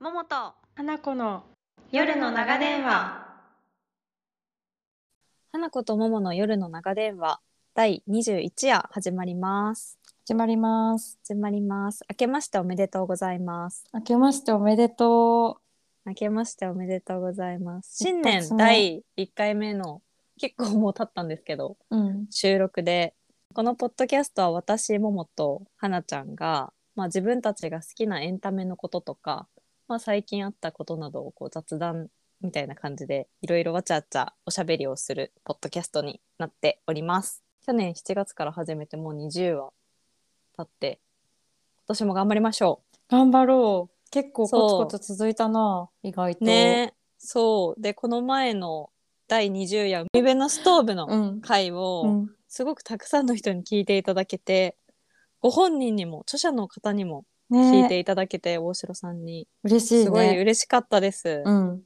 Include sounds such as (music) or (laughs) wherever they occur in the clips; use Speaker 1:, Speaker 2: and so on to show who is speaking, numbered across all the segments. Speaker 1: もと
Speaker 2: 花子の
Speaker 1: 夜の長電話
Speaker 3: 花子と桃の夜の長電話第21夜始まります。
Speaker 2: 始まります。
Speaker 3: 始まります。明けましておめでとうございます。
Speaker 2: 明けましておめでと
Speaker 3: 明けましておめでとうございます。新
Speaker 2: 一
Speaker 3: 年
Speaker 2: 発目
Speaker 3: 第1回目の結構もう経ったんですけど
Speaker 2: う。うん。
Speaker 3: 収録でこのポッドキャストは私桃と花ちゃんが、まあ、自分たちが好きなエンタメのこととか、まあ、最近あったことなどをこう雑談みたいな感じでいろいろわちゃわちゃおしゃべりをするポッドキャストになっております去年7月から始めてもう20話経って今年も頑張りましょ
Speaker 2: 頑張ろう。結構
Speaker 3: そう
Speaker 2: コツコツ続いたな。意外
Speaker 3: う
Speaker 2: と。
Speaker 3: ねそうでこの前の第20夜海辺のストーブの
Speaker 2: うん。
Speaker 3: 回を、
Speaker 2: うん。
Speaker 3: すごくたくさんの人に聞いていただけてご本人にも著者の方にも聞いて
Speaker 2: ね
Speaker 3: いただけて、大城さんに
Speaker 2: 嬉しいね。
Speaker 3: すごい嬉しかったです。
Speaker 2: うん。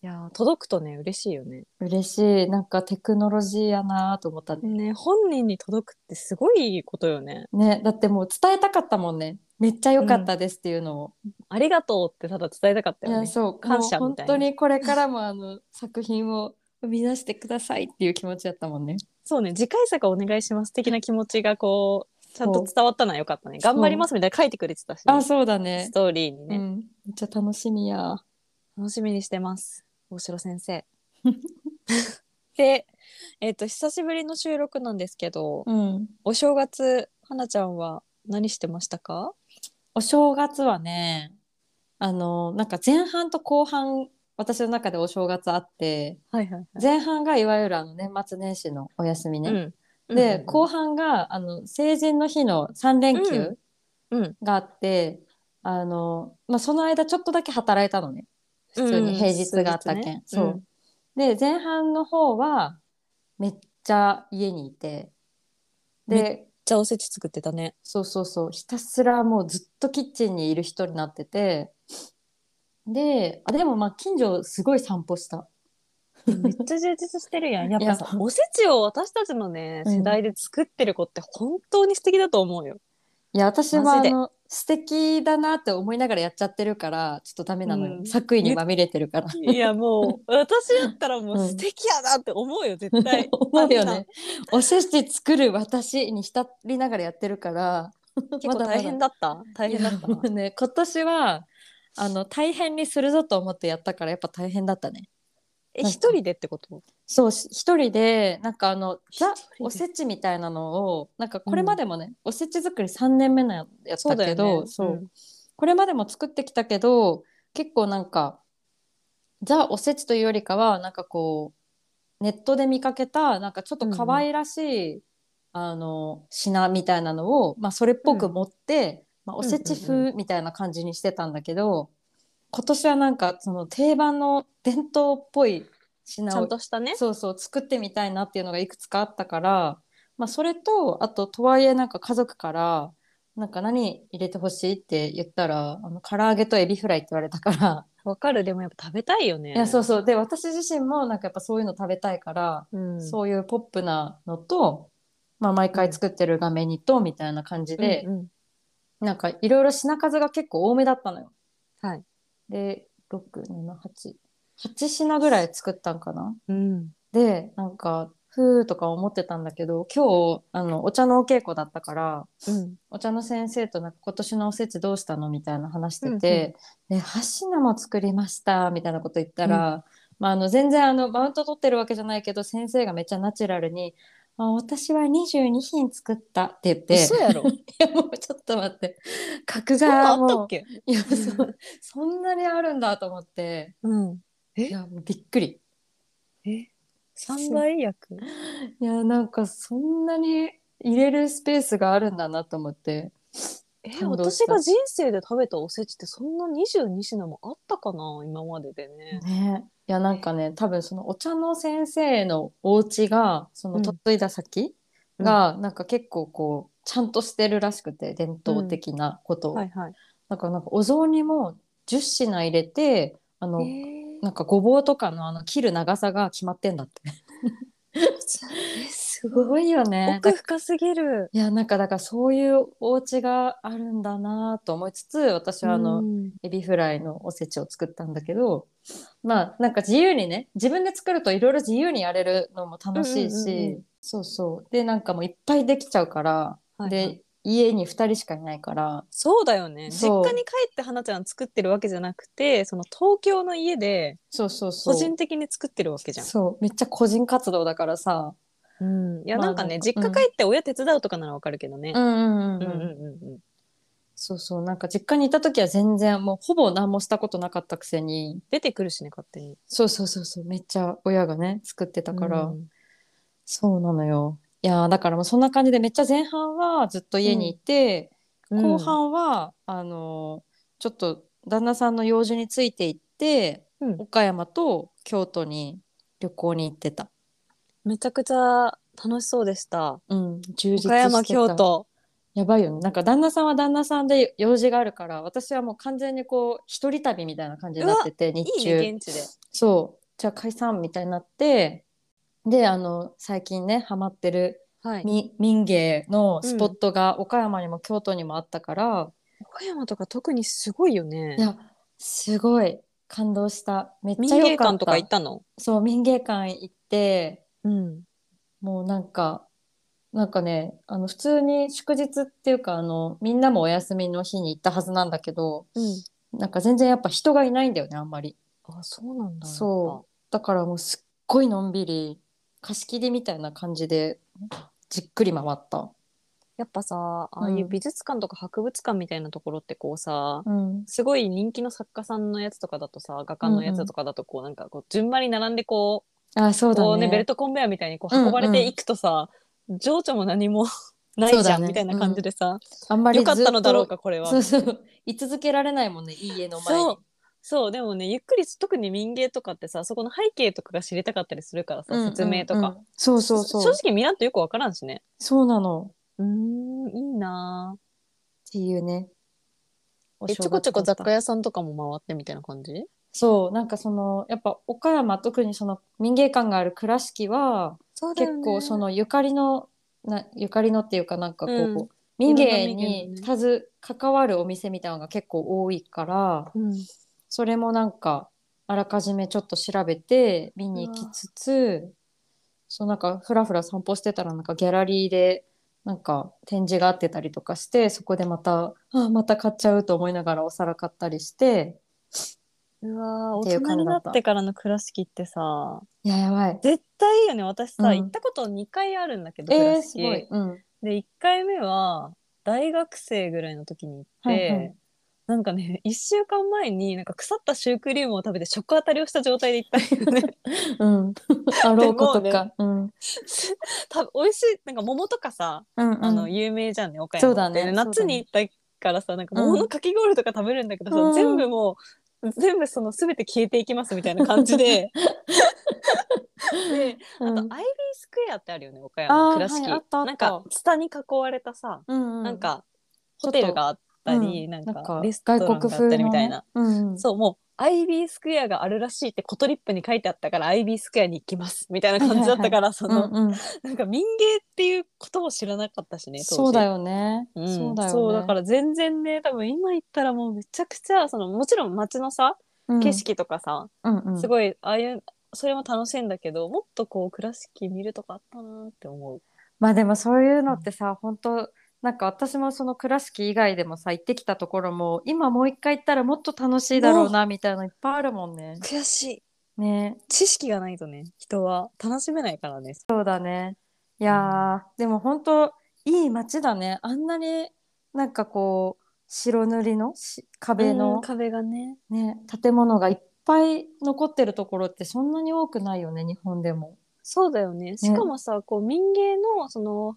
Speaker 3: いやー届くとね嬉しいよね。
Speaker 2: 嬉しい。なんかテクノロジーやなと思ったね。
Speaker 3: ね本人に届くってすごいことよね。
Speaker 2: ね。だってもう伝えたかったもんね。めっちゃ良かったですっていうのを。
Speaker 3: ありがとうってただ伝えたかった
Speaker 2: い
Speaker 3: よ
Speaker 2: や、
Speaker 3: ね。
Speaker 2: そう。
Speaker 3: 感謝みたいな
Speaker 2: もう本当にこれからもあの作品を生み出してくださいっていう気持ちだったもんね。
Speaker 3: そうね次回作お願いします的な気持ちがこうちゃんと
Speaker 2: そ
Speaker 3: 伝わったのは良かったね。
Speaker 2: そう
Speaker 3: 頑張りますみたいな書いてくれてたし、
Speaker 2: あ、そうだ
Speaker 3: ス
Speaker 2: ね。
Speaker 3: トーリーに
Speaker 2: う
Speaker 3: ね、
Speaker 2: ん。めっちゃ楽しみや。
Speaker 3: 楽しみにしてます大城先
Speaker 2: (laughs)
Speaker 3: 生。でえっ、と久しぶりの収録なんですけど、
Speaker 2: うん。
Speaker 3: お正月、はなちゃんは何してましたか
Speaker 2: お正月はねあのなんか前半と後半私の中でお正月あって
Speaker 3: はいはい
Speaker 2: 前半がいわゆるあの年末年始のお休みね、
Speaker 3: うん、
Speaker 2: で、
Speaker 3: うん
Speaker 2: 後半があの成人の日の3連休
Speaker 3: うんうん
Speaker 2: があって、あのまあ、その間ちょっとだけ働いたのね普通に平日があったけん、
Speaker 3: うん
Speaker 2: そう、
Speaker 3: うん
Speaker 2: で前半の方はめっちゃ家にいて
Speaker 3: め
Speaker 2: で
Speaker 3: じゃあおせち作ってたね。
Speaker 2: そうそうそうひたすらもうずっとキッチンにいる人になっててであでもまあ近所すごい散歩した
Speaker 3: めっちゃ充実してるや (laughs) ん。やっぱ
Speaker 2: い
Speaker 3: さ
Speaker 2: や
Speaker 3: おせちを私たちのね
Speaker 2: うん
Speaker 3: 世代で作ってる子って本当に素敵だと思うよ。
Speaker 2: いや私は
Speaker 3: マ
Speaker 2: あ
Speaker 3: ジで
Speaker 2: の素敵だなって思いながらやっちゃってるからちょっとダメなのよ、
Speaker 3: うん
Speaker 2: 作為にまみれてるから
Speaker 3: いやもう私だったらもう
Speaker 2: うん。
Speaker 3: 素敵やなって (laughs) 思うよ絶対
Speaker 2: (laughs) 思うよねおせち作る私に浸りながらやってるから
Speaker 3: 結構大変だった大変だった
Speaker 2: いや
Speaker 3: な
Speaker 2: も。うね今年はあの大変にするぞと思ってやったからやっぱ大変だったね
Speaker 3: え
Speaker 2: なんか
Speaker 3: 一人でってこと
Speaker 2: そうし一人でなんかあのザ
Speaker 3: 一人で
Speaker 2: おせちみたいなのをなんかこれまでもね、おせち作り3年目のややったけどそう、これまでも作ってきたけど結構なんかザおせちというよりかはなんかこうネットで見かけたなんかちょっと可愛らしい、あの品みたいなのを、まあ、それっぽく持って、まあ、おせち
Speaker 3: うんうん
Speaker 2: 風みたいな感じにしてたんだけど、今年はなんかその定番の伝統っぽい
Speaker 3: うん
Speaker 2: 品
Speaker 3: ちゃ
Speaker 2: を
Speaker 3: んとしたね。
Speaker 2: そうそう作ってみたいなっていうのがいくつかあったから、まあ、それとあととはいえなんか家族からなんか何入れてほしいって言ったらあの唐揚げとエビフライって言われ
Speaker 3: (laughs)
Speaker 2: たから、
Speaker 3: わかるでもやっぱ食べたいよね。
Speaker 2: いやそうそうで私自身もなんかやっぱそういうの食べたいから、
Speaker 3: うん
Speaker 2: そういうポップなのと、まあ、毎回作ってる画面にとみたいな感じで、
Speaker 3: うんうん
Speaker 2: なんかいろいろ品数が結構多めだったのよ。
Speaker 3: はい。
Speaker 2: で6788品ぐらい作ったんかな
Speaker 3: うん。
Speaker 2: でなんかふーとか思ってたんだけど今日あのお茶のお稽古だったから
Speaker 3: うん。
Speaker 2: お茶の先生となんか今年のおせちどうしたのみたいな話してて「で箸品も作りました」みたいなこと言ったら、まあ、あの全然あのマウント取ってるわけじゃないけど先生がめっちゃナチュラルに「あ私は22品作った」って言って
Speaker 3: 嘘やろ。
Speaker 2: いやもうちょっと待って格
Speaker 3: そんな
Speaker 2: が
Speaker 3: あった
Speaker 2: も
Speaker 3: っ
Speaker 2: う
Speaker 3: け？
Speaker 2: いやそうそんなにあるんだと思って
Speaker 3: うん。え
Speaker 2: いやもうびっくり。
Speaker 3: え、三倍薬？
Speaker 2: いやなんかそんなに入れるスペースがあるんだなと思って
Speaker 3: え、
Speaker 2: 感動し
Speaker 3: 私
Speaker 2: た
Speaker 3: が人生で食べたおせちってそんな二十二品もあったかな今まででね。
Speaker 2: ねいやなんかね多分そのお茶の先生のお家がそうの
Speaker 3: ん
Speaker 2: 嫁いだ先が、なんか結構こうちゃんとしてるらしくて伝統的なことを、
Speaker 3: はいはい。
Speaker 2: なんかなんかお雑煮も10品入れてあの、
Speaker 3: え
Speaker 2: (laughs) なんかごぼうとかのあの切る長さが決まってんだって
Speaker 3: え、す
Speaker 2: (laughs) すごいよね。
Speaker 3: 奥深すぎる。
Speaker 2: いやなんかだからそういうお家があるんだなと思いつつ私はあの、
Speaker 3: うん
Speaker 2: エビフライのおせちを作ったんだけどまあなんか自由にね自分で作るといろいろ自由にやれるのも楽し
Speaker 3: うん
Speaker 2: いし、
Speaker 3: うんうんうん
Speaker 2: そうそうでなんかもういっぱいできちゃうから、
Speaker 3: はい
Speaker 2: で家に2人しかいないから
Speaker 3: そうだよね。実
Speaker 2: そう
Speaker 3: 家に帰って花ちゃん作ってるわけじゃなくて、その東京の家で
Speaker 2: そうそうそ
Speaker 3: 個
Speaker 2: う
Speaker 3: 人的に作ってるわけじゃん。
Speaker 2: そうめっちゃ個人活動だからさ
Speaker 3: うん、いや
Speaker 2: まあ
Speaker 3: なんかね、
Speaker 2: なんか
Speaker 3: 実家帰って親手伝うとかならわかるけどね。
Speaker 2: うんうんうん、
Speaker 3: う
Speaker 2: うん、
Speaker 3: うんうんん
Speaker 2: そうそうなんか実家にいた時は全然もうほぼ何もしたことなかったくせに
Speaker 3: 出てくるしね勝手に。
Speaker 2: そうそうそうそうめっちゃ親がね作ってたから。
Speaker 3: うん
Speaker 2: そうなのよ。いやーだからもうそんな感じでめっちゃ前半はずっと家にいて、後半は、あのーちょっと旦那さんの用事についていって、
Speaker 3: うん
Speaker 2: 岡山と京都に旅行に行ってた。
Speaker 3: めちゃくちゃ楽しそうでした。
Speaker 2: うん、充実してた。
Speaker 3: 岡山京都。
Speaker 2: やばいよね。なんか旦那さんは旦那さんで用事があるから私はもう完全にこう一人旅みたいな感じになってて日
Speaker 3: いい
Speaker 2: 中。
Speaker 3: ね現地で。
Speaker 2: そうじゃあ解散みたいになってであの最近ねハマってる
Speaker 3: はい。
Speaker 2: み民芸のスポットが岡山にも京都にもあったから、
Speaker 3: 岡山とか特にすごいよね
Speaker 2: い。やすごい感動しためっち
Speaker 3: 民
Speaker 2: ゃ良かった
Speaker 3: 芸館とか行ったの。
Speaker 2: そう民芸館行って
Speaker 3: うん。
Speaker 2: もうなんかなんかねあの普通に祝日っていうかあのみんなもお休みの日に行ったはずなんだけど
Speaker 3: うん。
Speaker 2: なんか全然やっぱ人がいないんだよねあんまり
Speaker 3: あ、そうなんだ。
Speaker 2: そだからもうすっごいのんびり貸し切りみたいな感じでじっくり回った、
Speaker 3: やっぱ。やっぱさ、ああいううん美術館とか博物館みたいなところってこうさ、
Speaker 2: うん、
Speaker 3: すごい人気の作家さんのやつとかだとさ、画家のやつとかだとこうなんかこう順番に並んでこ
Speaker 2: あそう
Speaker 3: う、
Speaker 2: だ
Speaker 3: こう
Speaker 2: ね
Speaker 3: ね、ベルトコンベヤーみたいにこう
Speaker 2: うんうん
Speaker 3: 運ばれていくとさ、情緒も何も (laughs) ない
Speaker 2: そう
Speaker 3: じゃ
Speaker 2: だ
Speaker 3: ん、
Speaker 2: ね
Speaker 3: みたいな感じでさ、
Speaker 2: あんまり
Speaker 3: よかったのだろう
Speaker 2: ずっと
Speaker 3: か、これは。
Speaker 2: そうそう。居続けられないもんね、いい家の前に。
Speaker 3: そうそうでもねゆっくり特に民芸とかってさそこの背景とかが知りたかったりするからさ、
Speaker 2: うんうんうん
Speaker 3: 説明とか、。
Speaker 2: そうそうそう。
Speaker 3: 正直見らんとよくわからんしね
Speaker 2: そうなの。
Speaker 3: うーんいいなぁ
Speaker 2: っていうね。
Speaker 3: えちょこちょこ雑貨
Speaker 2: 屋。
Speaker 3: 屋さんとかも回ってみたいな感じ
Speaker 2: そう、なんかその、やっぱ岡山、特にその民芸館がある倉敷は、
Speaker 3: そう
Speaker 2: 結構そのゆかりの、なゆかりのっていうかなんかこう、
Speaker 3: うん
Speaker 2: こう民芸
Speaker 3: いろんな民芸のね
Speaker 2: に数関わるお店みたいなのが結構多いから、
Speaker 3: うん、
Speaker 2: それもなんかあらかじめちょっと調べて見に行きつつそうなんかふらふら散歩してたらなんかギャラリーでなんか展示があってたりとかしてそこでまたあまた買っちゃうと思いながらお皿買ったりして
Speaker 3: うわぁ
Speaker 2: っ
Speaker 3: 大
Speaker 2: ていう
Speaker 3: 人
Speaker 2: 感
Speaker 3: に
Speaker 2: じだ
Speaker 3: な
Speaker 2: った
Speaker 3: ってからの倉敷ってさ
Speaker 2: いややばい
Speaker 3: 絶対いいよね私さ、
Speaker 2: うん
Speaker 3: 行ったこと2回あるんだけど、
Speaker 2: えー、
Speaker 3: 倉
Speaker 2: す
Speaker 3: 敷
Speaker 2: ごい、うん、
Speaker 3: で1回目は大学生ぐらいの時に行って、
Speaker 2: はいはい
Speaker 3: なんかね1週 (laughs) 間前になんか腐ったシュークリームを食べて食当たりをした状態で行ったんよね
Speaker 2: (laughs)
Speaker 3: (laughs)
Speaker 2: うん、あろうこと
Speaker 3: でも
Speaker 2: か、うん、うん
Speaker 3: 多分美味しいなんか桃とかさ、
Speaker 2: うん
Speaker 3: あの有名じゃんね岡山って
Speaker 2: そうだね
Speaker 3: 夏に行ったからさなんか
Speaker 2: うん
Speaker 3: 桃のかき氷とか食べるんだけどさ、
Speaker 2: うん
Speaker 3: 全部もう全部その全て消えていきますみたいな感じ
Speaker 2: (laughs)
Speaker 3: でであとアイビースクエアってあるよね岡
Speaker 2: あ
Speaker 3: 山
Speaker 2: ー
Speaker 3: 倉敷、
Speaker 2: はいあったあった
Speaker 3: なんかツタに囲われたさ、
Speaker 2: うん
Speaker 3: なんか
Speaker 2: ち
Speaker 3: ホ
Speaker 2: ょっと
Speaker 3: テルがあったり、
Speaker 2: うん
Speaker 3: なん
Speaker 2: なん
Speaker 3: か
Speaker 2: か
Speaker 3: レストラ
Speaker 2: 外
Speaker 3: ンがあ
Speaker 2: 国
Speaker 3: った
Speaker 2: 風
Speaker 3: り
Speaker 2: の
Speaker 3: みたいな、
Speaker 2: うんうん、
Speaker 3: そうもうアイビースクエアがあるらしいってコトリップに書いてあったからアイビースクエアに行きますみたいな感じだったから、そ
Speaker 2: うん
Speaker 3: の、
Speaker 2: うん、
Speaker 3: なんか民芸っていうことを知らなかったしね当時
Speaker 2: そうだよね、
Speaker 3: うん
Speaker 2: そうだよね
Speaker 3: そうだから全然ね多分今行ったらもうめちゃくちゃそのもちろん街のさ
Speaker 2: ら
Speaker 3: 景、色とかさ、
Speaker 2: うんうんうん、
Speaker 3: すごいああいうそれも楽しいんだけどもっとこう倉敷見るとかあったなって思う。
Speaker 2: まあでもそういうのってさ、本当なんか私もその倉敷以外でもさ行ってきたところも今もう一回行ったらもっと楽しいだろうなみたいなのいっぱいあるもんね。
Speaker 3: 悔しい
Speaker 2: ね
Speaker 3: 知識がないとね人は楽しめないからね
Speaker 2: そうだね。いやー、でも本当いい街だね。あんなになんかこう白塗りのし壁
Speaker 3: うん
Speaker 2: の、
Speaker 3: 壁がね
Speaker 2: ね建物がいっぱい残ってるところってそんなに多くないよね日本でも。
Speaker 3: そうだよねしかもさ、こう民芸のその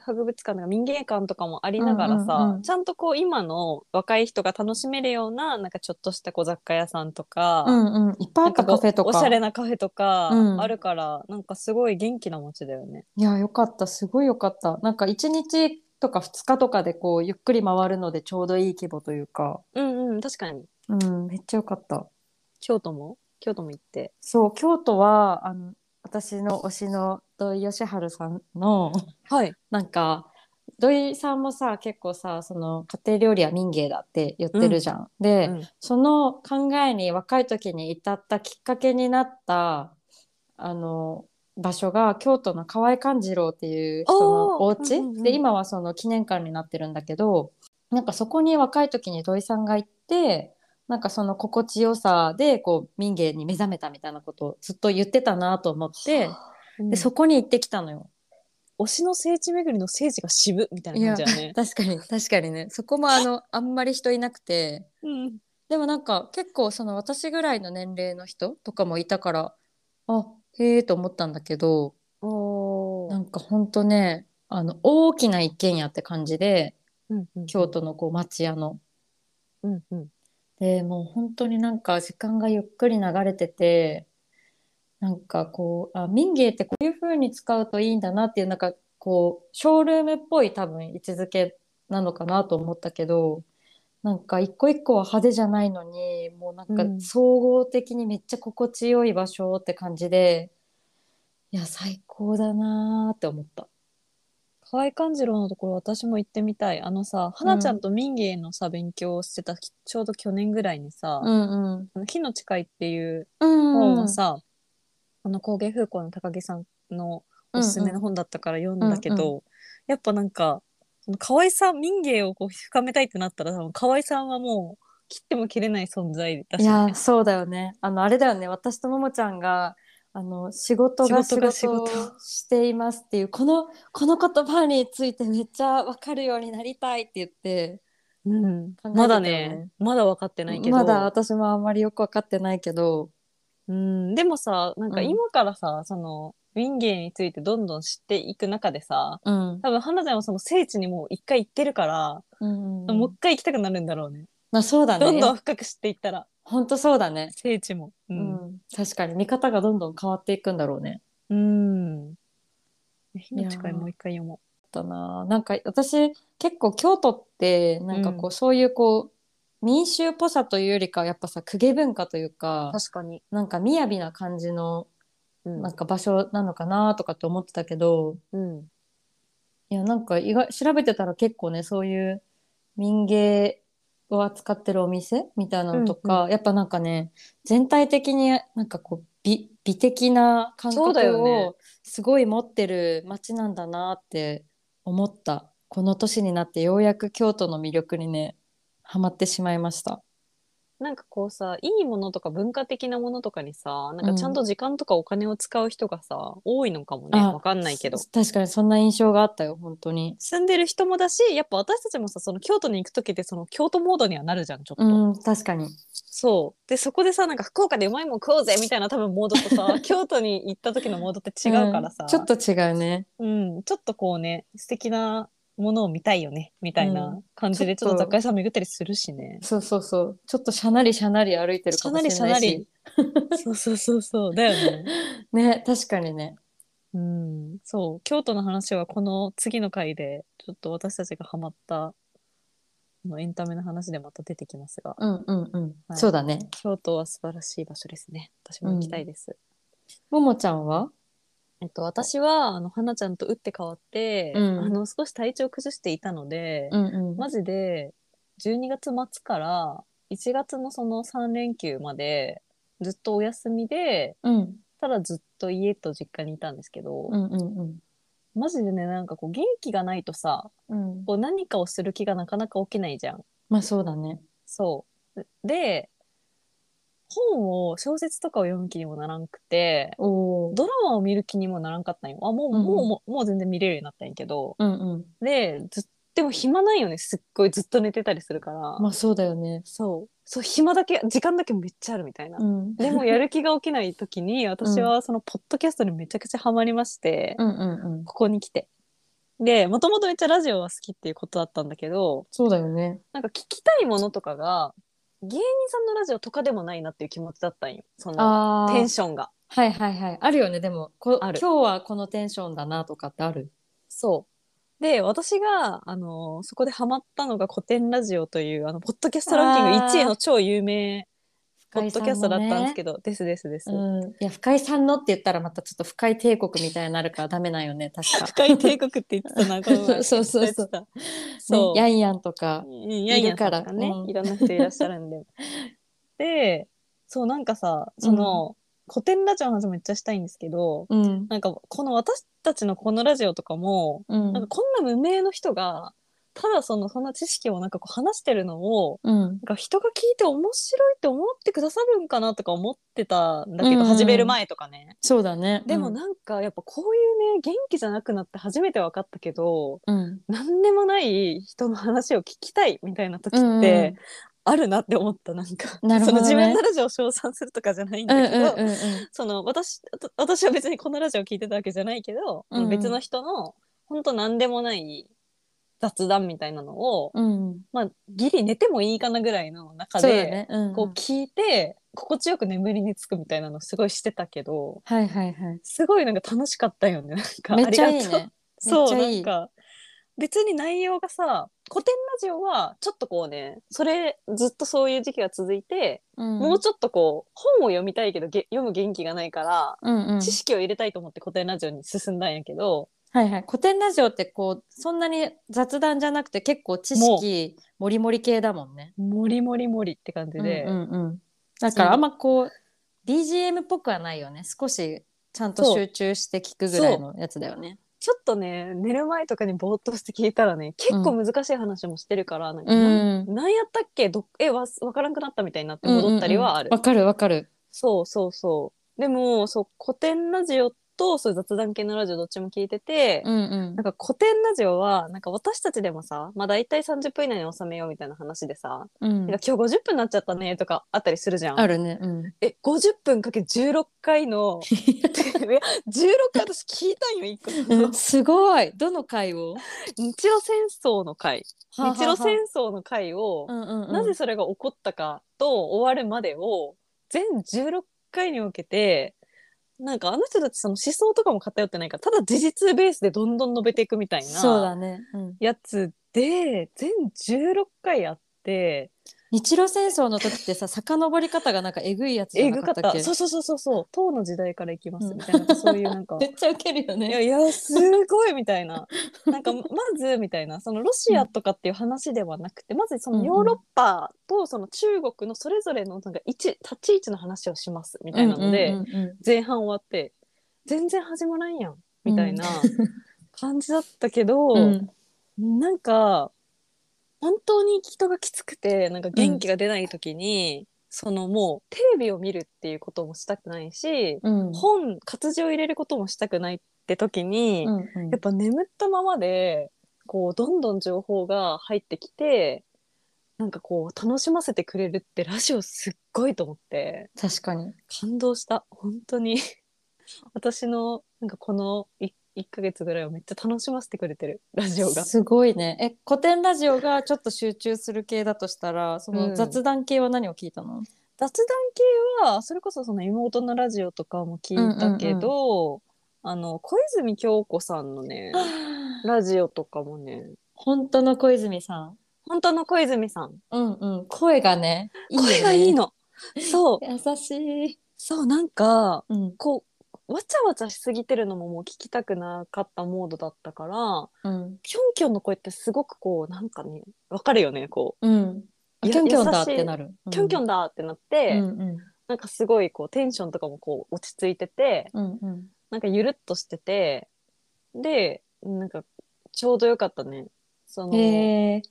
Speaker 3: 博物館とか民芸館とかもありながらさ、
Speaker 2: うんうんうん
Speaker 3: ちゃんとこう今の若い人が楽しめるようななんかちょっとしたこう雑貨屋さんとか、
Speaker 2: うんうん。いっぱいあ
Speaker 3: な
Speaker 2: っ
Speaker 3: ん
Speaker 2: た
Speaker 3: かこう
Speaker 2: カフェとか。
Speaker 3: おしゃれなカフェとか
Speaker 2: うん
Speaker 3: あるから、なんかすごい元気な街だよね。
Speaker 2: いや、よかった。すごいよかった。なんか1日とか2日とかでこう、ゆっくり回るのでちょうどいい規模というか。
Speaker 3: うんうん確かに
Speaker 2: うん、めっちゃよかった。
Speaker 3: 京都も京都も行って
Speaker 2: そう、京都は、あの、私の推しの土井善晴さんの
Speaker 3: はい。
Speaker 2: なんか土井さんもさ結構さその家庭料理は民芸だって言ってるじゃん。で、
Speaker 3: うん
Speaker 2: その考えに若い時に至ったきっかけになったあの場所が京都の河合勘次郎っていう人のお家
Speaker 3: おーうんうんうん
Speaker 2: で今はその記念館になってるんだけどなんかそこに若い時に土井さんが行ってなんかその心地よさでこう民芸に目覚めたみたいなことをずっと言ってたなと思ってで
Speaker 3: で、
Speaker 2: そ
Speaker 3: そ、
Speaker 2: こに行ってきたのよ。
Speaker 3: 推しの聖地巡りの聖地が渋みたいな感じだね。
Speaker 2: 確かに確かにねそこもあのあんまり人いなくて
Speaker 3: うん。
Speaker 2: でもなんか結構その私ぐらいの年齢の人とかもいたからあへえと思ったんだけど
Speaker 3: お
Speaker 2: なんかほんとねあの大きな一軒家って感じで京都のこう町屋の。
Speaker 3: うんうん。
Speaker 2: でもう本当になんか時間がゆっくり流れててなんかこうあ民芸ってこういう風に使うといいんだなっていうなんかこうショールームっぽい多分位置づけなのかなと思ったけどなんか一個一個は派手じゃないのにもうな
Speaker 3: うんん
Speaker 2: か総合的にめっちゃ心地よい場所って感じで、いや最高だなーって思った。
Speaker 3: 河合勘次郎のところ私も行ってみたいあのさ花ちゃんと民芸のさ勉強をしてた、きちょうど去年ぐらいにさ「
Speaker 2: んうん
Speaker 3: あの火の誓い」っていう
Speaker 2: うん
Speaker 3: 本はさ、あの工芸風光の高木さんのおすすめの本だったから読んだけど、
Speaker 2: うん
Speaker 3: やっぱなんかその河合さん民芸をこう深めたいってなったら多分河合さんはもう切っても切れない存在だし
Speaker 2: いやーそうだよねあのあれだよね私とももちゃんがあの仕事が
Speaker 3: 仕
Speaker 2: 仕
Speaker 3: 事が
Speaker 2: 事
Speaker 3: 仕事
Speaker 2: をしていますっていうこのこの言葉についてめっちゃ分かるようになりたいって言って
Speaker 3: うん
Speaker 2: 考えてたよね
Speaker 3: まだねまだ分かってないけど
Speaker 2: まだ私もあんまりよく分かってないけど
Speaker 3: うん、でもさなんか
Speaker 2: うん
Speaker 3: 今からさ、その民芸についてどんどん知っていく中でさ
Speaker 2: うん、
Speaker 3: 多分花ちゃんはその聖地にもう一回行ってるから、
Speaker 2: うん
Speaker 3: もう一回行きたくなるんだろうね
Speaker 2: まあ、そうだね
Speaker 3: どんどん深く知っていったら
Speaker 2: 本当そうだね、
Speaker 3: 聖地もう、
Speaker 2: うんん、確かに見方がどんどん変わっていくんだろうね
Speaker 3: うん、火
Speaker 2: や
Speaker 3: の誓いもう一回読も
Speaker 2: だななんか私結構京都ってなんかこう、そういうこう民衆っぽさというよりかはやっぱさ公家文化という
Speaker 3: う
Speaker 2: か
Speaker 3: 確かに、
Speaker 2: なんか雅な感じの
Speaker 3: うん
Speaker 2: なんか場所なのかなとかって思ってたけど、
Speaker 3: うん、
Speaker 2: いやなんか意外調べてたら結構ねそういう民芸を扱ってるお店みたいなのとか、やっぱなんかね全体的になんかこう美美的な感
Speaker 3: そうだ
Speaker 2: 覚
Speaker 3: よね
Speaker 2: をすごい持ってる街なんだなって思った、この年になってようやく京都の魅力にねハマってしまいました。
Speaker 3: なんかこうさいいものとか文化的なものとかにさなんかちゃんと時間とかお金を使う人がさ、多いのかもね
Speaker 2: あ
Speaker 3: わかんないけど
Speaker 2: す確かにそんな印象があったよ本当に。
Speaker 3: 住んでる人もだしやっぱ私たちもさその京都に行く時ってその京都モードにはなるじゃんちょっと、
Speaker 2: うん確かに。
Speaker 3: そうでそこでさなんか福岡でうまいもん食おうぜみたいな多分モードと
Speaker 2: (laughs)
Speaker 3: さ京都に行った時のモードって違うからさ、
Speaker 2: んちょっと違うね。
Speaker 3: うん、ちょっとこうね素敵なものを見たいよねみたいな感じで、
Speaker 2: うん
Speaker 3: ち
Speaker 2: ち
Speaker 3: ょ
Speaker 2: ょ
Speaker 3: っ
Speaker 2: っ
Speaker 3: と
Speaker 2: と
Speaker 3: 雑貨屋さん巡ったりするしね
Speaker 2: そうそうそう。ちょっとしゃなりしゃなり歩いてる
Speaker 3: しゃ
Speaker 2: か
Speaker 3: な
Speaker 2: もしれ
Speaker 3: り
Speaker 2: ないし。
Speaker 3: しゃなり
Speaker 2: (laughs)
Speaker 3: そうそうそうそうだよね
Speaker 2: ね、確かにね。
Speaker 3: うんそう京都の話はこの次の回でちょっと私たちがハマったあのエンタメの話でまた出てきますが
Speaker 2: うんうんうん。
Speaker 3: はい
Speaker 2: そうだね。
Speaker 3: 京都は素晴らしい場所ですね。私も行きたいです。
Speaker 2: ももちゃんは
Speaker 3: えっと、私は、あの、花ちゃんと打って変わって、
Speaker 2: うん
Speaker 3: あの、少し体調崩していたので、
Speaker 2: んうん
Speaker 3: マジで、12月末から1月のその3連休まで、ずっとお休みで、
Speaker 2: うん
Speaker 3: ただずっと家と実家にいたんですけど、
Speaker 2: うんうん
Speaker 3: マジでね、なんかこう、元気がないとさ、
Speaker 2: うん。うん。
Speaker 3: こう何かをする気がなかなか起きないじゃん。
Speaker 2: まあそうだね。
Speaker 3: そう。で、本を、小説とかを読む気にもならんくて、
Speaker 2: おお。
Speaker 3: ドラマを見る気にもならんかったんよ。あ、もう、
Speaker 2: うんうん
Speaker 3: もうもう、もう全然見れるようになったんやけど。
Speaker 2: うんうん。
Speaker 3: で、ずっでも暇ないよね。すっごいずっと寝てたりするから。
Speaker 2: まあそうだよね。
Speaker 3: そう。そう、暇だけ、時間だけめっちゃあるみたいな。
Speaker 2: ん。
Speaker 3: でもやる気が起きない時に、私はそのポッドキャストにめちゃくちゃハマりまして、
Speaker 2: うんうんうん。
Speaker 3: ここに来て。で、もともとめっちゃラジオは好きっていうことだったんだけど、
Speaker 2: そうだよね。
Speaker 3: なんか聞きたいものとかが、芸人さんのラジオとかでもないなっていう気持ちだったんよ。その、
Speaker 2: ああ
Speaker 3: テ。ンションが。
Speaker 2: はいはいはい。あるよね。でも、こ
Speaker 3: あ
Speaker 2: 今
Speaker 3: る
Speaker 2: 日はこのテンションだなとかってある。
Speaker 3: そう。で、私が、あのーそこでハマったのが古典ラジオという、あの、ポッドキャストランキング1位の超有名ポッドキャストだったんですけ
Speaker 2: ど。
Speaker 3: ど、ですですです。
Speaker 2: うん、いや深井さんのって言ったらまたちょっと深井帝国みたいになるからダメなんよね確か。
Speaker 3: 深い帝国って言ってたな、この前
Speaker 2: (laughs) そうそうそう。
Speaker 3: 言ってたそう。
Speaker 2: ねヤンヤンとか。
Speaker 3: うんやんやんさんとかね、
Speaker 2: いるからうん
Speaker 3: いろんな人いらっしゃるん
Speaker 2: (laughs)
Speaker 3: で。で、そう、なんかさ、その、古典ラジオの話もめっちゃしたいんですけど、
Speaker 2: うん。
Speaker 3: なんか、この私たちのこのラジオとかも、
Speaker 2: う
Speaker 3: なんか
Speaker 2: ん。
Speaker 3: こんな無名の人が、ただその、そんな知識をなんかこう話してるのを、
Speaker 2: うん。
Speaker 3: なんか人が聞いて面白いって思ってくださるんかなとか思ってたんだけど、
Speaker 2: うん
Speaker 3: 始める前とかね。
Speaker 2: そうだね。
Speaker 3: でも
Speaker 2: うん、
Speaker 3: なんかやっぱこういうね、元気じゃなくなって初めて分かったけど、
Speaker 2: うん。
Speaker 3: 何でもない人の話を聞きたいみたいな時
Speaker 2: うんう
Speaker 3: っ
Speaker 2: ん
Speaker 3: てあるなって思ったなんか、
Speaker 2: なるほ
Speaker 3: そ
Speaker 2: ど
Speaker 3: の自
Speaker 2: ね
Speaker 3: 分のラジオを称賛するとかじゃないん
Speaker 2: うんう
Speaker 3: だけど、
Speaker 2: んうんうん。
Speaker 3: その私と私は別にこのラジオを聞いてたわけじゃないけど、
Speaker 2: うんうん
Speaker 3: 別の人の本当何でもない雑談みたいなのを、
Speaker 2: うん、
Speaker 3: まあギリ寝てもいいかなぐらいの中
Speaker 2: そうだ
Speaker 3: で、
Speaker 2: ね。うん、
Speaker 3: こう聞いて心地よく眠りにつくみたいなのすごいしてたけど
Speaker 2: はいはいはい。
Speaker 3: すごいなんか楽しかったよねなんか
Speaker 2: めっちゃ
Speaker 3: あ
Speaker 2: い
Speaker 3: り
Speaker 2: い
Speaker 3: がとう
Speaker 2: ね。
Speaker 3: そ
Speaker 2: めっ
Speaker 3: う
Speaker 2: ちゃ
Speaker 3: ないん
Speaker 2: い
Speaker 3: か別に内容がさ古典ラジオはちょっとこうねそれずっとそういう時期が続いて、 (laughs) もうちょっとこう本を読みたいけどげ読む元気がないから、
Speaker 2: うん、うんうん、
Speaker 3: 知識を入れたいと思って古典ラジオに進んだんやけど
Speaker 2: はいはい。古典ラジオってこうそんなに雑談じゃなくて結構知識もりもり系だもんね。
Speaker 3: もりもりもりって感じで、
Speaker 2: うんうんうん、だからあんまこう BGM っぽくはないよね。少しちゃんと集中して聞くぐらいのやつだよね。
Speaker 3: ちょっとね寝る前とかにぼーっとして聞いたらね結構難しい話もしてるから、なんか
Speaker 2: う。
Speaker 3: なんなんやったっけどえわわからんくなったみたいになって
Speaker 2: うんうんうん
Speaker 3: 戻ったりはある、
Speaker 2: わ、かるわかる。
Speaker 3: そうそうそうでもそう古典ラジオとそういう雑談系のラジオどっちも聞いてて、
Speaker 2: うんうん
Speaker 3: なんか古典ラジオはなんか私たちでもさ、まあ、大体30分以内に収めようみたいな話でさ、
Speaker 2: うん
Speaker 3: なんか今日50分になっちゃったねとかあったりするじゃん
Speaker 2: あるね。うん。
Speaker 3: え50分かけ16回の
Speaker 2: (laughs)
Speaker 3: いや16回私聞いたんよ一個
Speaker 2: うんすごい。どの回を？
Speaker 3: 日露戦争の回日露戦争の回を
Speaker 2: うんうんうん。
Speaker 3: なぜそれが起こったかと終わるまでを全16回に分けてなんかあの人たちその思想とかも偏ってないからただ事実ベースでどんどん述べていくみたい
Speaker 2: そう
Speaker 3: な
Speaker 2: だね。うん。
Speaker 3: やつで全16回あって
Speaker 2: 日露戦争の時ってさ遡り方がなんかえぐいやつじゃ
Speaker 3: え
Speaker 2: な
Speaker 3: ぐ
Speaker 2: か
Speaker 3: かった
Speaker 2: っっけ
Speaker 3: たそうそうそうそうそう唐の時代からいきます
Speaker 2: うん
Speaker 3: みたいな,、そういうなんか
Speaker 2: めっちゃウケるよ
Speaker 3: いや
Speaker 2: ね
Speaker 3: いやすごいみたい
Speaker 2: (laughs)
Speaker 3: ななんかまずみたいなそのロシアとかっていう話ではなくて、まずそのヨーロッパとその中国のそれぞれのなんか位置立ち位置の話をしますみたいなので、
Speaker 2: うんうんうんうん
Speaker 3: 前半終わって全然始まらんやんみたいな感じだったけど、
Speaker 2: うん
Speaker 3: なんか本当に人がきつくてなんか元気が出ない時に、そのもうテレビを見るっていうこともしたくないし、
Speaker 2: うん
Speaker 3: 本活字を入れることもしたくないって時に。
Speaker 2: うんうん
Speaker 3: やっぱ眠ったままでこうどんどん情報が入ってきてなんかこう楽しませてくれるってラジオすっごいと思って
Speaker 2: 確かに
Speaker 3: 感動した本当に (laughs) 私のなんかこの 1, ヶ月ぐらいをめっちゃ楽しませてくれてるラジオが。
Speaker 2: すごいねえ古典ラジオがちょっと集中する系だとしたらその雑談系は何を聞いたの、
Speaker 3: 雑談系はそれこそその妹のラジオとかも聞いたけど、あの小泉京子さんのねラジオとかもね
Speaker 2: 本当の小泉さん
Speaker 3: 本当の小泉さん
Speaker 2: うんうん声がねいいよね
Speaker 3: 声がいいの。
Speaker 2: (laughs)
Speaker 3: そう
Speaker 2: 優しい、
Speaker 3: そうなんか
Speaker 2: うん
Speaker 3: こうわちゃわちゃしすぎてるのももう聞きたくなかったモードだったから
Speaker 2: うん
Speaker 3: キョンキョンの声ってすごくこうなんかねわかるよねこ
Speaker 2: うん、あ
Speaker 3: いや
Speaker 2: キョンキョンだっ
Speaker 3: 優してい
Speaker 2: なる、う
Speaker 3: う、
Speaker 2: ん、
Speaker 3: キョンキョンだってなって、
Speaker 2: うんうん
Speaker 3: なんかすごいこうテンションとかもこう落ち着いてて
Speaker 2: うんうん
Speaker 3: なんかゆるっとしててでなんかちょうどよかったねその、
Speaker 2: へえ。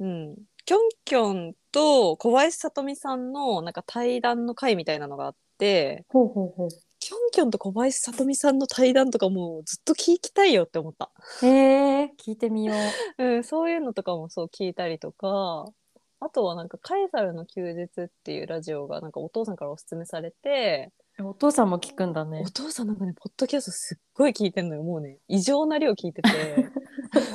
Speaker 3: うん、キョンキョンと小林さとみさんのなんか対談の回みたいなのがあって
Speaker 2: ほうほうほう。
Speaker 3: キョンキョンと小林さとみさんの対談とかもうずっと聞きたいよって思った。
Speaker 2: へえ、聞いてみよう。
Speaker 3: うん、そういうのとかもそう聞いたりとか、あとはなんか「カエサルの休日」っていうラジオがなんかお父さんからおすすめされて、
Speaker 2: (laughs) お父さんも聞くんだね
Speaker 3: お。父さんなんかねポッドキャストすっごい聞いてんのよもうね異常な量聞いて
Speaker 2: (laughs)
Speaker 3: て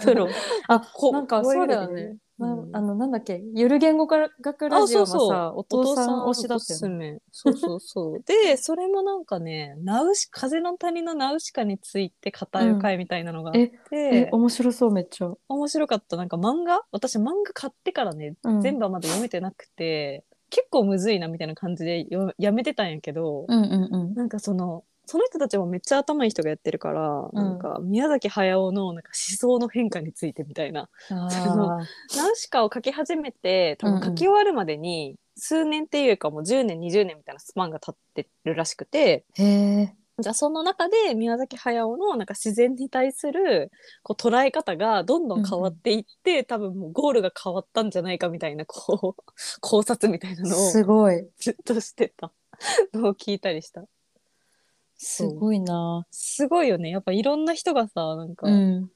Speaker 3: プロ
Speaker 2: あ、
Speaker 3: (laughs) こ
Speaker 2: なんかそうだよね。
Speaker 3: こう
Speaker 2: な
Speaker 3: いうレベルで
Speaker 2: あの、なんだっけ、ゆる言語学ラジオもさ、
Speaker 3: あそうそう
Speaker 2: お
Speaker 3: お
Speaker 2: 父
Speaker 3: 父
Speaker 2: さ
Speaker 3: さん
Speaker 2: ん推しだ
Speaker 3: お
Speaker 2: った
Speaker 3: す
Speaker 2: よ
Speaker 3: す
Speaker 2: ね。
Speaker 3: めそうそうそうでそれもなんかねナウシ風の谷のナウシカについて語る会みたいなのがあって、
Speaker 2: え、面白そう、めっちゃ。
Speaker 3: 面白かったなんか漫画私漫画買ってからね
Speaker 2: うん
Speaker 3: 全部はまだ読めてなくて、結構むずいなみたいな感じでよやめてたんやけど、
Speaker 2: うんうんうん。
Speaker 3: なんかそのその人たちもめっちゃ頭いい人がやってるから、なんか宮崎駿のなんか思想の変化についてみたいな
Speaker 2: (laughs) あー
Speaker 3: ナウシカを書き始めて多
Speaker 2: うんう
Speaker 3: 分
Speaker 2: ん
Speaker 3: 書き終わるまでに数年っていうかもう10年20年みたいなスパンが経ってるらしくて
Speaker 2: へえ。
Speaker 3: じゃあその中で宮崎駿のなんか自然に対するこう捉え方がどんどん変わっていって、多分もうゴールが変わったんじゃないかみたいなこう考察みたいなのを
Speaker 2: すごい。
Speaker 3: ずっとしてたのを聞いたりした。
Speaker 2: すごいな。
Speaker 3: すごいよねやっぱいろんな人がさなんか、
Speaker 2: うん。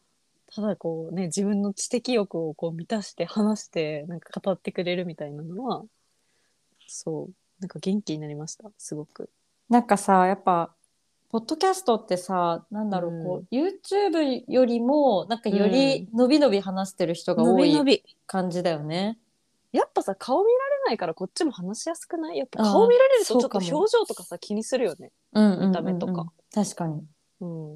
Speaker 3: ただこうね自分の知的欲をこう満たして話してなんか語ってくれるみたいなのはそうなんか元気になりましたすごく。
Speaker 2: なんかさ、やっぱ、ポッドキャストってさ、なんだろう、
Speaker 3: うん
Speaker 2: こう、YouTube よりも、なんかよりのびのび話してる人が
Speaker 3: 伸
Speaker 2: 多
Speaker 3: び伸
Speaker 2: い
Speaker 3: び
Speaker 2: 感じだよね。
Speaker 3: やっぱさ顔見られないからこっちも話しやすくないやっぱ
Speaker 2: あー
Speaker 3: 顔見られるとちょ
Speaker 2: そ
Speaker 3: っ
Speaker 2: うか
Speaker 3: と
Speaker 2: も
Speaker 3: 表情とかさ気にするよね。
Speaker 2: うんうんうんうん
Speaker 3: 見た目とか。
Speaker 2: 確かに。
Speaker 3: うん、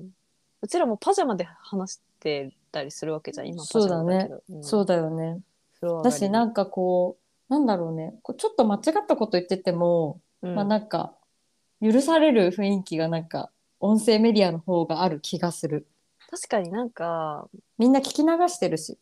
Speaker 3: うちらもパジャマで話してたりするわけじゃん今パ
Speaker 2: そう
Speaker 3: ジ
Speaker 2: だ
Speaker 3: ャ
Speaker 2: ね
Speaker 3: マだけど。うん
Speaker 2: そうだよね。
Speaker 3: 風呂上が
Speaker 2: だ
Speaker 3: り
Speaker 2: し、なんかこう、なんだろうね。こうちょっと間違ったこと言ってても、
Speaker 3: うん
Speaker 2: まあなんか、許される雰囲気がなんか、音声メディアの方がある気がする。
Speaker 3: 確かになんか
Speaker 2: みんな聞き流してるし。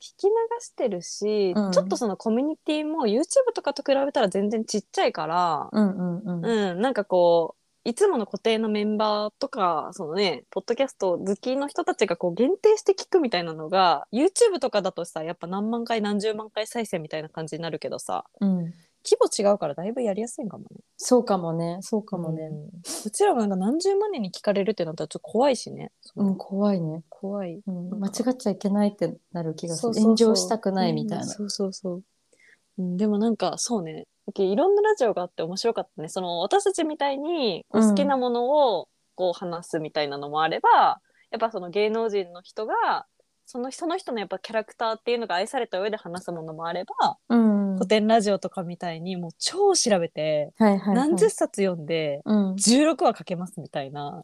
Speaker 3: 聞き流してるし、
Speaker 2: うん
Speaker 3: ちょっとそのコミュニティも YouTube とかと比べたら全然ちっちゃいから、
Speaker 2: うんうんうん。
Speaker 3: うん、なんかこういつもの固定のメンバーとかそのねポッドキャスト好きの人たちがこう限定して聞くみたいなのが YouTube とかだとさやっぱ何万回何十万回再生みたいな感じになるけどさ
Speaker 2: うん。
Speaker 3: 規模違うからだいぶやりやすいんかもね。
Speaker 2: そうかもね。そうかもね。
Speaker 3: うんうちらがなんか何十万人に聞かれるってなったらちょっと怖いしね。そ
Speaker 2: うん、
Speaker 3: の
Speaker 2: 怖いね。
Speaker 3: 怖い
Speaker 2: うん
Speaker 3: なん
Speaker 2: 間違
Speaker 3: か
Speaker 2: っちゃいけないってなる気がす
Speaker 3: そう
Speaker 2: る。
Speaker 3: そうそう
Speaker 2: 炎上したくないみたい
Speaker 3: うん
Speaker 2: な。
Speaker 3: そうそうそう、うんでもなんかそうねいろんなラジオがあって面白かったねその私たちみたいにこう
Speaker 2: うん
Speaker 3: 好きなものをこう話すみたいなのもあれば、やっぱその芸能人の人がそのその人のやっぱキャラクターっていうのが愛された上で話すものもあれば、
Speaker 2: うん。は
Speaker 3: 古典ラジオとかみたいにもう超調べて、
Speaker 2: いはい、はい。
Speaker 3: 何十冊読んで
Speaker 2: うん。
Speaker 3: 16話かけますみたいな、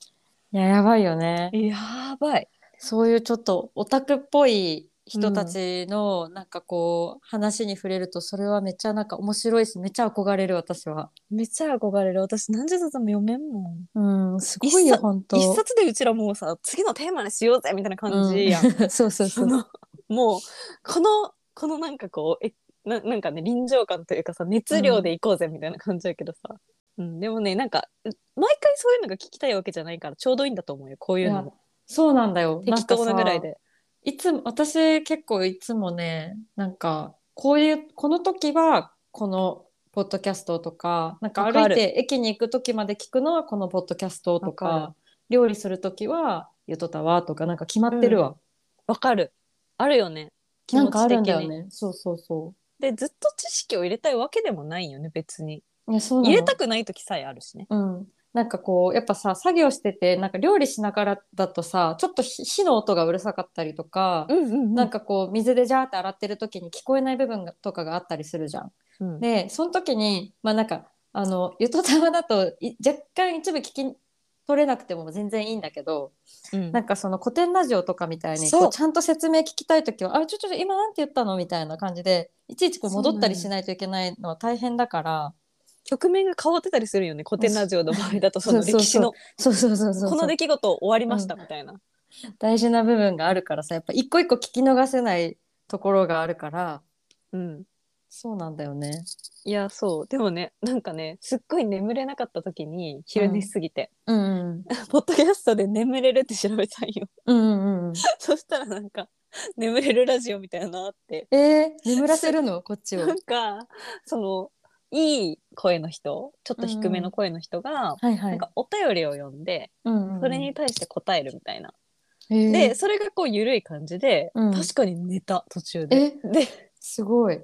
Speaker 2: いや、やばいよね。
Speaker 3: やばい
Speaker 2: そういうちょっとオタクっぽい人たちのなんかこう話に触れるとそれはめっちゃなんか面白いしめっちゃ憧れる私は。
Speaker 3: めっちゃ憧れる私何十冊も読めんもん
Speaker 2: うん、すごいよ
Speaker 3: 一冊
Speaker 2: 本当。
Speaker 3: 一冊でうちらもうさ次のテーマにしようぜみたいな感じやん、
Speaker 2: うん (laughs) そうそうそ。
Speaker 3: そうのもうこのこのなんかこうえななんかね臨場感というかさ熱量でいこうぜみたいな感じやけどさ、うんでもねなんかう毎回そういうのが聞きたいわけじゃないからちょうどいいんだと思うよこういうのも
Speaker 2: そうなんだよ。
Speaker 3: 適当なぐらい
Speaker 2: んかさ。
Speaker 3: で。
Speaker 2: いつも私結構いつもねなんかこういうこの時はこのポッドキャストとかなんか
Speaker 3: わか
Speaker 2: 歩い
Speaker 3: る
Speaker 2: て駅に行く時まで聞くのはこのポッドキャストとか
Speaker 3: わか
Speaker 2: 料理する時はゆとたわとかなんか決まってるわ。
Speaker 3: わかるあるよね気
Speaker 2: な
Speaker 3: 持
Speaker 2: んかあ
Speaker 3: ち的
Speaker 2: るんだよ
Speaker 3: に、
Speaker 2: ね。そうそうそ
Speaker 3: でずっと知識を入れたいわけでもないよね別に
Speaker 2: う。いやそうなの
Speaker 3: 入れたくない時さえあるしね
Speaker 2: うん。なんかこうやっぱさ作業しててなんか料理しながらだとさちょっと火火の音がうるさかったりとか、
Speaker 3: うんうん、
Speaker 2: なんかこう水でジャーって洗ってる時に聞こえない部分がとかがあったりするじゃん。
Speaker 3: うん
Speaker 2: でその時にまあなんかあのゆとたまだとい若干一部聞き取れなくても全然いいんだけど、
Speaker 3: うん
Speaker 2: なんかその古典ラジオとかみたいに
Speaker 3: そう
Speaker 2: こうちゃんと説明聞きたい時は「あちょちょちょ今なんて言ったの?」みたいな感じでいちいちこう戻ったりしないといけないのは大変だから
Speaker 3: 局面が変わってたりするよね古典ラジオの場合だとその
Speaker 2: そうそうそう
Speaker 3: 歴史の
Speaker 2: そうそうそうそうそう
Speaker 3: この出来事終わりましたみたいな、
Speaker 2: 大事な部分があるからさやっぱ一個一個聞き逃せないところがあるから
Speaker 3: うん、
Speaker 2: そうなんだよね。
Speaker 3: いやそうでもねなんかねすっごい眠れなかった時に昼寝しすぎて、
Speaker 2: うん、
Speaker 3: ポッドキャストで眠れるって調べたいよ
Speaker 2: うん、うん、うん。
Speaker 3: (laughs) そしたらなんか眠れるラジオみたいなのあって
Speaker 2: えー、眠らせるのこっちを。
Speaker 3: なんかそのいい声の人ちょっと低めの声の人が、
Speaker 2: はいは
Speaker 3: なん
Speaker 2: い。
Speaker 3: かお便りを読んで、
Speaker 2: うんうんうん
Speaker 3: それに対して答えるみたいな、
Speaker 2: えー
Speaker 3: でそれがこう緩い感じで、
Speaker 2: うん
Speaker 3: 確かに寝た途中でで
Speaker 2: すごい。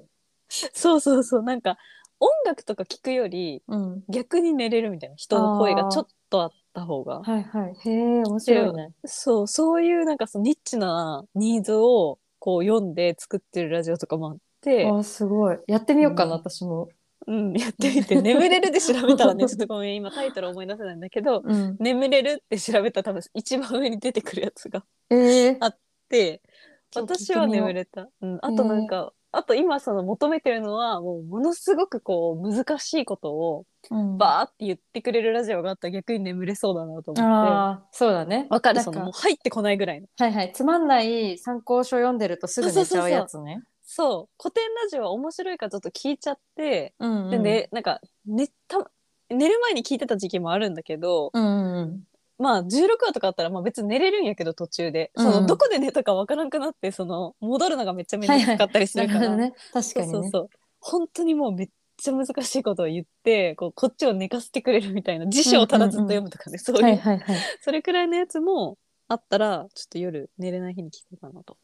Speaker 3: そうそうそうなんか音楽とか聞くより
Speaker 2: うん。
Speaker 3: 逆に寝れるみたいな人の声がちょっとあった方が
Speaker 2: はいはい。へえ、面白いね。
Speaker 3: そうそういうなんかそのニッチなニーズをこう読んで作ってるラジオとかもあって、
Speaker 2: あーすごい。やってみようかな、
Speaker 3: うん
Speaker 2: 私も。
Speaker 3: うん、やってみ
Speaker 2: (laughs)
Speaker 3: て「眠れる」で調べたらねちょっとごめん今タイトル思い出せないんだけ
Speaker 2: (laughs)
Speaker 3: ど
Speaker 2: う
Speaker 3: 「
Speaker 2: ん
Speaker 3: 眠れる」って調べたら多分一番上に出てくるやつがあ
Speaker 2: えー
Speaker 3: って
Speaker 2: ちょっと聞い
Speaker 3: 私
Speaker 2: てみよう
Speaker 3: は眠れた、うん、あとなんか、あと今その求めてるのはもうものすごくこう難しいことを
Speaker 2: うん
Speaker 3: バーって言ってくれるラジオがあったら逆に眠れそうだなと思って
Speaker 2: ああそうだね
Speaker 3: わかる
Speaker 2: なん
Speaker 3: そのもう入ってこないぐらいの
Speaker 2: はいはいつまんない参考書読んでるとすぐ寝ちゃうやつね
Speaker 3: そう古典ラジオは面白いからちょっと聞いちゃって、
Speaker 2: うんうん
Speaker 3: でねなんか、ね、た寝る前に聞いてた時期もあるんだけど
Speaker 2: うんうん
Speaker 3: まあ16話とかあったらまあ別に寝れるんやけど途中でそ
Speaker 2: うんう
Speaker 3: の
Speaker 2: ん
Speaker 3: どこで寝たかわからんくなってその戻るのがめっちゃ面倒くさかったりす
Speaker 2: な
Speaker 3: る
Speaker 2: る
Speaker 3: か
Speaker 2: ほ
Speaker 3: ら
Speaker 2: どね確かにね
Speaker 3: そうそうそう本当にもうめっちゃ難しいことを言ってこうこっちを寝かせてくれるみたいな辞書をただずっと読むとかね、そう
Speaker 2: はいいうはいはい
Speaker 3: それくらいのやつもあったらちょっと夜寝れない日に聞こうか (laughs) なと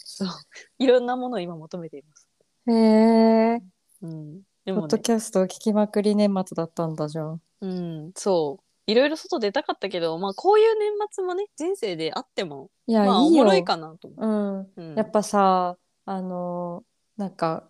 Speaker 3: そういろんなものを今求めています、
Speaker 2: へえ
Speaker 3: うん、で
Speaker 2: ポ
Speaker 3: も、
Speaker 2: ッド
Speaker 3: ね
Speaker 2: キャストを聞きまくり年末だったんだじゃん
Speaker 3: うん、そういろいろ外出たかったけど、まあ、こういう年末もね人生であっても
Speaker 2: いや、
Speaker 3: まあ
Speaker 2: い
Speaker 3: お
Speaker 2: いよ
Speaker 3: もろいかなと思
Speaker 2: うん
Speaker 3: う、うん、
Speaker 2: やっぱさあのーなんか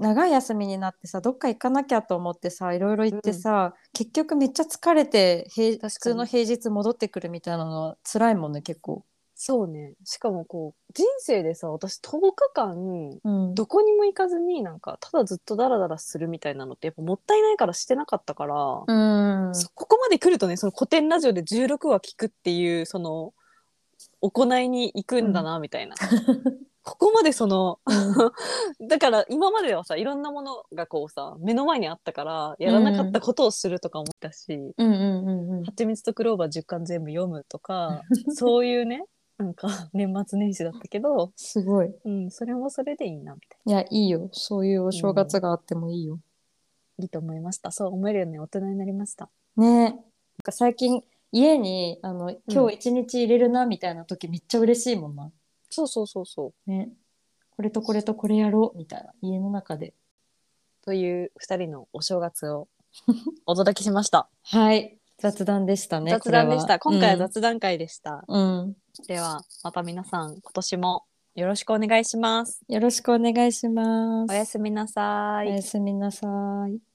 Speaker 2: 長い休みになってさどっか行かなきゃと思ってさいろいろ行ってさ、結局めっちゃ疲れて平
Speaker 3: かに
Speaker 2: 普通の平日戻ってくるみたいなのは辛いもんね結構。
Speaker 3: そうねしかもこう人生でさ私10日間
Speaker 2: うん、
Speaker 3: どこにも行かずになんかただずっとダラダラするみたいなのってやっぱもったいないからしてなかったから、
Speaker 2: うん
Speaker 3: そここまで来るとねその古典ラジオで16話聞くっていうその行いに行くんだなみたいな、ここまでその (laughs) だから今まではさいろんなものがこうさ目の前にあったからやらなかったことをするとか思ったし「
Speaker 2: うんうんうんうん
Speaker 3: はちみつとクローバー」10巻全部読むと (laughs) かそういうねなんか年末年始だったけど、
Speaker 2: すごい。
Speaker 3: うん、それもそれでいいなみたいな。
Speaker 2: いやいいよそういうお正月があってもいいよ。
Speaker 3: いいと思いました。そう思えるよね。大人になりました。
Speaker 2: ねなんか最近家にあの今日一日入れるなみたいな時めっちゃ嬉しいもんな。
Speaker 3: そうそうそうそう。
Speaker 2: ねこれとこれとこれやろうみたいな家の中で。
Speaker 3: という二人のお正月
Speaker 2: (laughs)
Speaker 3: をお届けしました。
Speaker 2: はい雑談でしたね。
Speaker 3: 雑談でした。
Speaker 2: これ
Speaker 3: 今
Speaker 2: は
Speaker 3: 回は雑談会でした。
Speaker 2: うん、うん
Speaker 3: では、また皆さん、今年もよろしくお願いします。
Speaker 2: よろしくお願いします。
Speaker 3: おやすみなさ
Speaker 2: お
Speaker 3: い。
Speaker 2: やすみなさい。